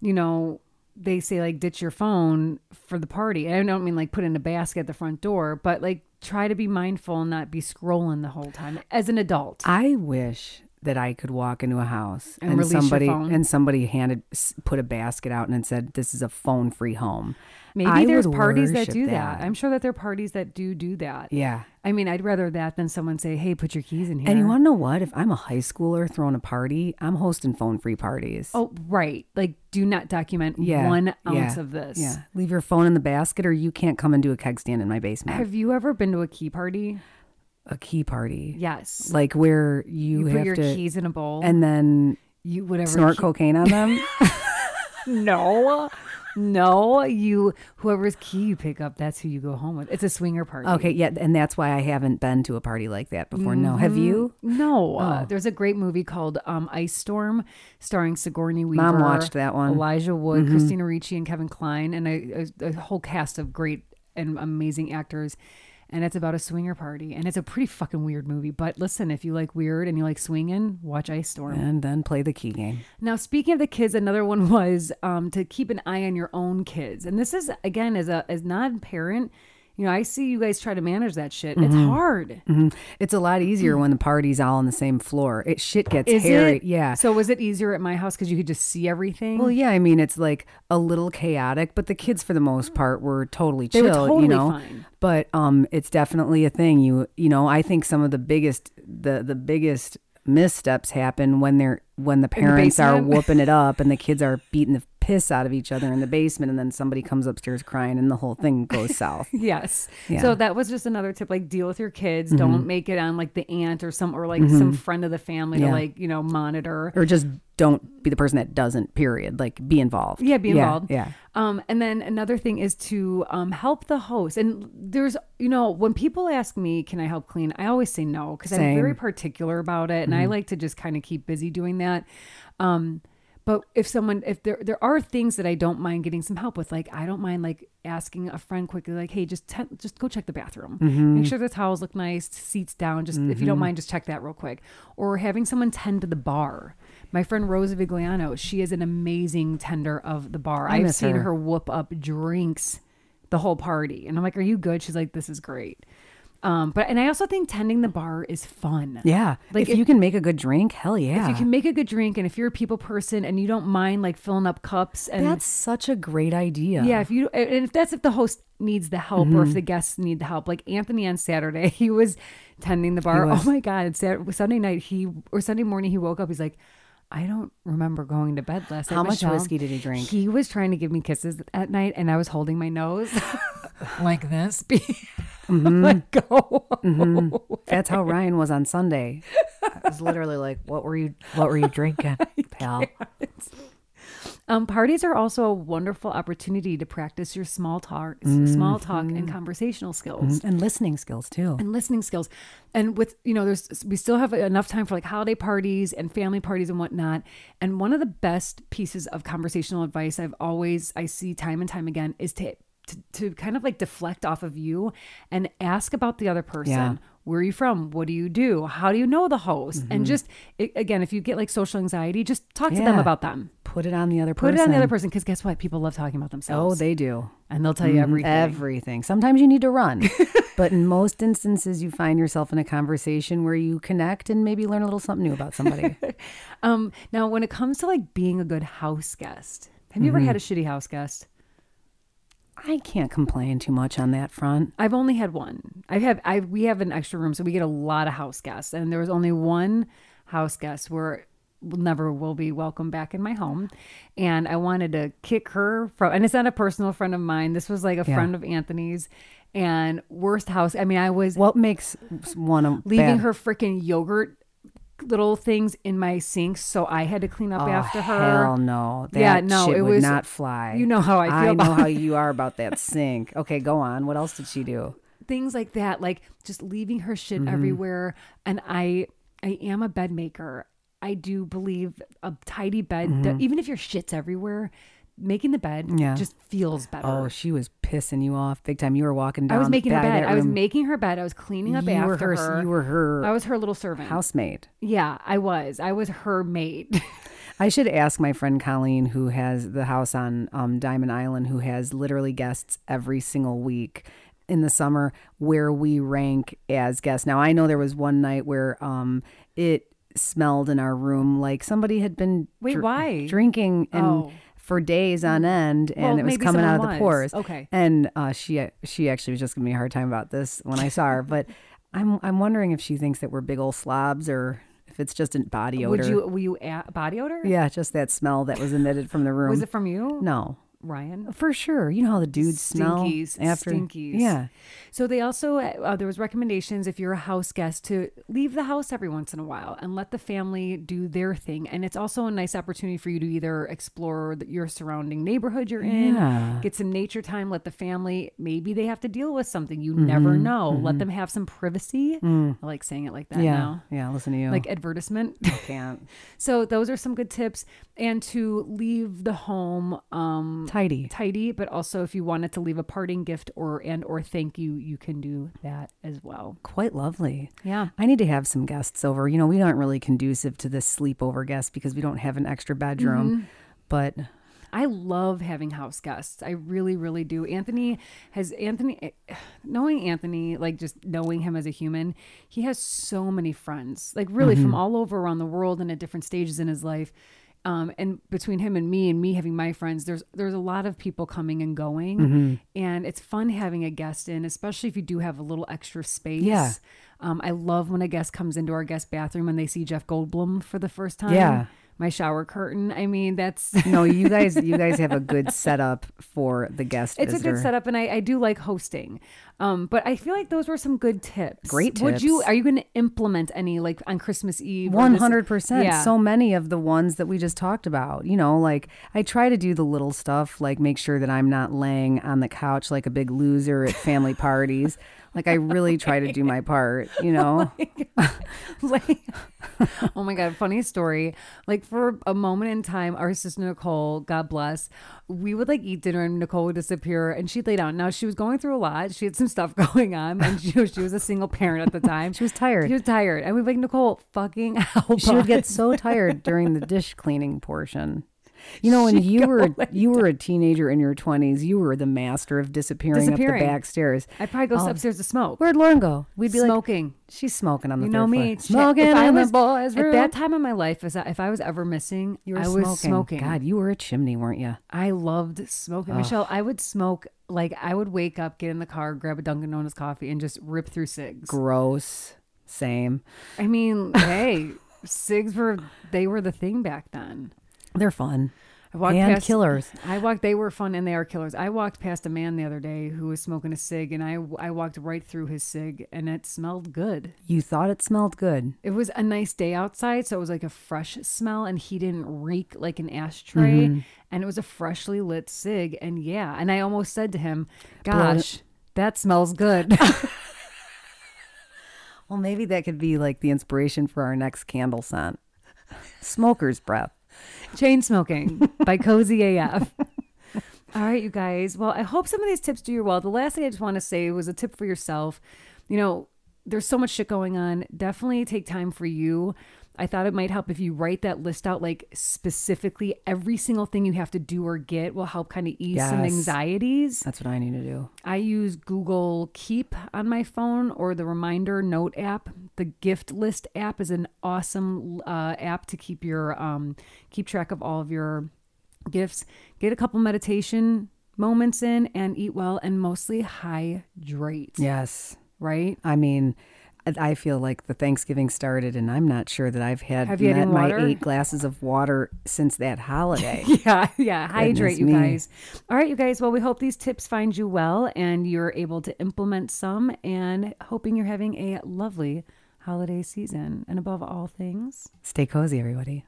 S1: you know, they say like ditch your phone for the party. And I don't mean like put in a basket at the front door, but like try to be mindful and not be scrolling the whole time as an adult.
S3: i wish that I could walk into a house
S1: And release your
S3: somebody
S1: phone.
S3: and somebody handed s- put a basket out and it said this is a phone free home.
S1: Maybe
S3: I
S1: there's
S3: would
S1: parties that
S3: worship
S1: do that. I'm sure that there are parties that do do that.
S3: yeah.
S1: I mean, I'd rather that than someone say, "Hey, put your keys in here."
S3: And you want to know what? If I'm a high schooler throwing a party, I'm hosting phone free parties.
S1: Oh, right. Like, do not document
S3: Yeah,
S1: one ounce
S3: yeah,
S1: of this.
S3: Yeah. Leave your phone in the basket or you can't come and do a keg stand in my basement.
S1: Have you ever been to a key party?
S3: a key party.
S1: Yes.
S3: Like where you,
S1: you
S3: have
S1: put your
S3: to
S1: keys in a bowl and
S3: and then
S1: you whatever.
S3: snort
S1: key-
S3: cocaine on them.
S1: no, no. You whoever's key you pick up, that's who you go home with. It's a swinger party.
S3: okay, yeah, and that's why I haven't been to a party like that before. No, have
S1: Mm-hmm.
S3: you?
S1: No, uh, there's a great movie called um, Ice Storm, starring Sigourney Weaver.
S3: watched that one. Mm-hmm.
S1: Elijah Wood, Christina Ricci, and Kevin Kline, and a, a, a whole cast of great and amazing actors. And it's about a swinger party, and it's a pretty fucking weird movie. But listen, if you like weird and you like swinging, watch Ice Storm.
S3: And then play the key game.
S1: Now, speaking of the kids, another one was um, to keep an eye on your own kids, and this is again as a as non parent. You know, I see you guys try to manage that shit. It's hard.
S3: Mhm. It's a lot easier when the party's all on the same floor. It shit gets
S1: Mm. Is
S3: hairy.
S1: it?
S3: Yeah.
S1: So was it easier at my house because you could just see everything?
S3: Well, yeah, I mean, it's like a little chaotic, but the kids, for the most part, were totally
S1: Mm. They
S3: chill.
S1: were totally
S3: you know,
S1: fine.
S3: but um, it's definitely a thing. You you know, I think some of the biggest the the biggest missteps happen when they're when the parents are
S1: basement?
S3: whooping it up and the kids are beating the piss out of each other in the basement, and then somebody comes upstairs crying, and the whole thing goes south.
S1: yes.
S3: Yeah. Mm-hmm.
S1: So that was just another tip. Like deal with your kids. Don't make it on like the aunt or some or like some friend of the family to
S3: Yeah.
S1: like you know monitor.
S3: Or just don't be the person that doesn't. Period. Like be involved.
S1: Yeah, be involved.
S3: Yeah.
S1: Um, and then another thing is to um, help the host. And there's, you know, when people ask me, can I help clean? I always say no because I'm
S3: Same. Mm-hmm.
S1: very particular about it. And I like to just kind of keep busy doing that. Um, but if someone, if there, there are things that I don't mind getting some help with, like I don't mind like asking a friend quickly, like, hey, just te- just go check the bathroom, make sure the towels look nice, seats down. Just if you don't mind, just check that real quick. Or having someone tend to the bar. My friend Rose Vigliano, she is an amazing tender of the bar. I've
S3: miss
S1: seen her.
S3: her.
S1: whoop up drinks the whole party. And I'm like, Are you good? She's like, This is great. Um, but and I also think tending the bar is fun.
S3: Yeah.
S1: Like,
S3: Like if,
S1: if-
S3: you can make a good drink, hell yeah.
S1: If you can make a good drink and if you're a people person and you don't mind like filling up cups and
S3: That's such a great idea.
S1: yeah, if you and if that's if the host needs the help
S3: Mm-hmm.
S1: or if the guests need the help, like Anthony on Saturday, he was tending the bar. Oh my god! Saturday, Sunday night, he or Sunday morning, he woke up. He's like, I don't remember going to bed last night.
S3: How much
S1: Michelle."
S3: whiskey did he drink?
S1: He was trying to give me kisses at night, and I was holding my nose like this. Be-
S3: Mm-hmm.
S1: like go.
S3: That's how Ryan was on Sunday. I was literally like, "What were you? What were you drinking, pal?"
S1: Um, parties are also a wonderful opportunity to practice your small talk, small talk,
S3: Mm-hmm.
S1: and conversational skills.
S3: And listening skills too.
S1: and listening skills. And with, you know, there's, we still have enough time for like holiday parties and family parties and whatnot. And one of the best pieces of conversational advice I've always, I see time and time again is to, to, to kind of like deflect off of you and ask about the other person.
S3: Yeah.
S1: Where are you from? What do you do? How do you know the host? And just, i again, if you get like social anxiety, just talk to them
S3: Mm-hmm. Yeah.
S1: about them.
S3: Put it on the other
S1: Put
S3: person.
S1: it on the other person because guess what? People love talking about
S3: Oh,
S1: themselves.
S3: they Mm-hmm. Eh. do
S1: and they'll tell you everything.
S3: everything. Sometimes you need to run, but in most instances, you find yourself in a conversation where you connect and maybe learn a little something new about somebody.
S1: Um, now, when it comes to like being a good house guest, have you ever
S3: Mm-hmm.
S1: had a shitty house guest?
S3: I can't complain too much on that front.
S1: I've only had one. I have. I we have an extra room, so we get a lot of house guests, and there was only one house guest where never will be welcome back in my home and i wanted to kick her from and it's not a personal friend of mine this was like a friend of anthony's and worst house i mean i was
S3: What makes one a
S1: leaving
S3: bad-
S1: her freaking yogurt little things in my sink so i had to clean up
S3: Oh,
S1: after her
S3: Hell no. That
S1: Yeah, no,
S3: shit
S1: it
S3: would
S1: was-
S3: not fly.
S1: you know how I feel
S3: I know
S1: about
S3: how you are about that sink. Okay, go on. What else did she do?
S1: things like that like just leaving her shit
S3: Mm-hmm.
S1: everywhere and i i am a bed maker i do believe a tidy bed even if your shit's everywhere making the bed
S3: Mm-hmm. Yeah.
S1: just feels better
S3: Oh, she was pissing you off big time. You were walking down.
S1: i was making her
S3: by
S1: bed
S3: that
S1: i was
S3: room.
S1: making her bed i was cleaning up
S3: You
S1: after
S3: were her. You were her
S1: i was her little servant
S3: housemaid.
S1: yeah i was i was her maid
S3: I should ask my friend Colleen, who has the house on um, Diamond Island, who has literally guests every single week in the summer, where we rank as guests. Now, I know there was one night where um, it smelled in our room like somebody had been
S1: Wait, why?
S3: drinking and
S1: Oh. Mm.
S3: for days on end and
S1: Well,
S3: it was
S1: maybe
S3: coming out of
S1: someone
S3: the
S1: was.
S3: pores
S1: Okay.
S3: and uh, she she actually was just giving me a hard time about this when I saw her but I'm I'm wondering if she thinks that we're big old slobs or if it's just a body odor
S1: Would you? Will you add body odor?
S3: yeah um, just that smell that was emitted from the room
S1: Was it from you?
S3: no
S1: Ryan.
S3: for sure you know how the dudes smell
S1: Stinkies,
S3: after
S1: stinkies.
S3: yeah
S1: So they also uh, there was recommendations if you're a house guest to leave the house every once in a while and let the family do their thing. And it's also a nice opportunity for you to either explore the, your surrounding neighborhood you're in,
S3: Yeah.
S1: Eh, get some nature time, let the family maybe they have to deal with something
S3: Mm-hmm.
S1: you never know. Let them have some privacy. I like saying it like that
S3: Mm. yeah
S1: now.
S3: yeah listen to you
S1: Like um, advertisement.
S3: can't
S1: so those are some good tips and to leave the home um
S3: tidy
S1: tidy but also if you wanted to leave a parting gift or and or thank you you can do that as well
S3: quite lovely
S1: yeah
S3: I need to have some guests over. You know, we aren't really conducive to this sleepover guest because we don't have an extra bedroom.
S1: Mm-hmm.
S3: But
S1: i love having house guests i really really do anthony has anthony eh, knowing anthony like just knowing him as a human he has so many friends like really
S3: Mm-hmm.
S1: from all over around the world and at different stages in his life um, and between him and me and me having my friends there's there's a lot of people coming and going
S3: Mm-hmm.
S1: and it's fun having a guest in especially if you do have a little extra space
S3: Yeah.
S1: Um, I love when a guest comes into our guest bathroom and they see Jeff Goldblum for the first time.
S3: Yeah.
S1: My shower curtain. I mean, that's
S3: no, you guys, you guys have a good setup for the guest
S1: it's
S3: visitor.
S1: a good setup, and I, I do like hosting. Um, but I feel like those were some good tips.
S3: Great
S1: Would you?
S3: tips.
S1: Are you going to implement any like on Christmas Eve? or
S3: One
S1: this-
S3: hundred percent.
S1: Yeah.
S3: So many of the ones that we just talked about. You know, like I try to do the little stuff, like make sure that I'm not laying on the couch like a big loser at family parties. Like I really try to do my part. You know,
S1: like, oh my god, funny story. Like for a moment in time, our sister Nicole, God bless, we would like eat dinner and Nicole would disappear and she'd lay down. Now she was going through a lot. She had some stuff going on and she, she was a single parent at the time.
S3: She was tired.
S1: She was tired. And we'd be like, Nicole, fucking help.
S3: she would
S1: us."
S3: get so tired during the dish cleaning portion. You know, when you were you were a teenager in your twenties, you were the master of disappearing,
S1: Disappearing.
S3: up the back stairs.
S1: I'd probably go upstairs to smoke.
S3: Where'd Lauren go? Oh. We'd be like,
S1: smoking.
S3: she's smoking on the
S1: you
S3: third
S1: know me.
S3: floor.
S1: Shit,
S3: smoking
S1: if I
S3: in
S1: was-
S3: the boys'
S1: At
S3: room.
S1: that time in my life, is that if I was ever missing,
S3: you were
S1: I
S3: smoking.
S1: was smoking.
S3: God, you were a chimney, weren't you?
S1: I loved smoking. Michelle, I would smoke like I would wake up, get in the car, grab a Dunkin' Donuts coffee, and just rip through cigs.
S3: Gross. Same.
S1: I mean, hey, cigs were they were the thing back then.
S3: They're fun.
S1: I walked
S3: And
S1: past
S3: killers.
S1: I walked. They were fun, and they are killers. I walked past a man the other day who was smoking a cig, and I I walked right through his cig, and it smelled good.
S3: You thought it smelled good.
S1: It was a nice day outside, so it was like a fresh smell, and he didn't reek like an ashtray. And it was a freshly lit cig, and yeah, and I almost said to him, "Gosh, that smells good."
S3: Well, maybe that could be like the inspiration for our next candle scent. Smoker's breath.
S1: Chain smoking by Cozy AF. All right, you guys. Well, I hope some of these tips do you well. The last thing I just want to say was a tip for yourself. You know, there's so much shit going on. Definitely take time for you. I thought it might help if you write that list out, like specifically every single thing you have to do or get will help kind of ease some
S3: Yes.
S1: anxieties.
S3: That's what I need to do.
S1: I use Google Keep on my phone or the Reminder Note app. The Gift List app is an awesome uh, app to keep your um, keep track of all of your gifts. Get a couple meditation moments in and eat well and mostly hydrate.
S3: Yes.
S1: Right?
S3: I mean, I- I feel like the Thanksgiving started, and I'm not sure that I've had
S1: Have you had
S3: met
S1: any
S3: my
S1: water?
S3: eight glasses of water since that holiday.
S1: Yeah, yeah. Hydrate, you
S3: me.
S1: guys. All right, you guys. Well, we hope these tips find you well and you're able to implement some and hoping you're having a lovely holiday season. And above all things,
S3: Stay cozy, everybody.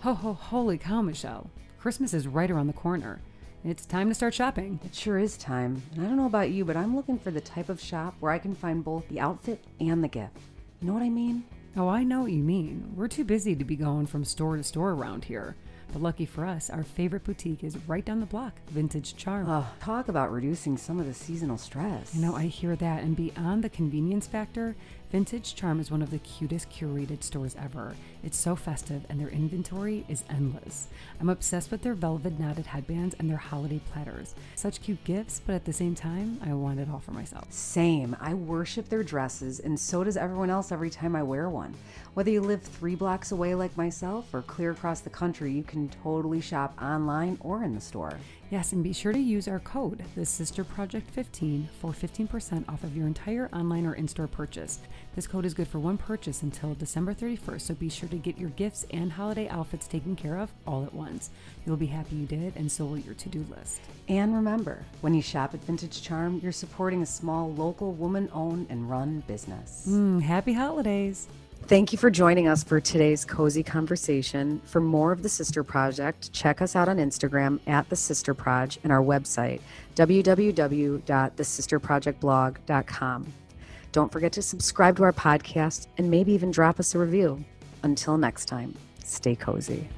S1: Ho ho holy cow, Michelle. Christmas is right around the corner. and It's time to start shopping.
S4: It sure is time. And I don't know about you, but I'm looking for the type of shop where I can find both the outfit and the gift. You know what I mean?
S1: Oh, I know what you mean. We're too busy to be going from store to store around here. But lucky for us, our favorite boutique is right down the block, Vintage Charm.
S3: Oh.
S4: Ugh, talk about reducing some of the seasonal stress.
S1: you know, I hear that, and beyond the convenience factor, Vintage Charm is one of the cutest curated stores ever. It's so festive and their inventory is endless. I'm obsessed with their velvet knotted headbands and their holiday platters. Such cute gifts, but at the same time, I want it all for myself.
S3: Same. I worship their dresses, and so does everyone else every time I wear one. Whether you live three blocks away like myself or clear across the country, you can totally shop online or in the store.
S1: Yes, and be sure to use our code, the Sister Project 15, for 15% off of your entire online or in-store purchase. This code is good for one purchase until December 31st, so be sure to get your gifts and holiday outfits taken care of all at once. You'll be happy you did, and so will your to-do list.
S3: And remember, when you shop at Vintage Charm, you're supporting a small local woman owned and run business.
S1: Mm, happy holidays!
S3: Thank you for joining us for today's cozy conversation. For more of the Sister Project, check us out on Instagram at the Sister Proj and our website www.thesisterprojectblog.com. Don't forget to subscribe to our podcast and maybe even drop us a review. Until next time, stay cozy.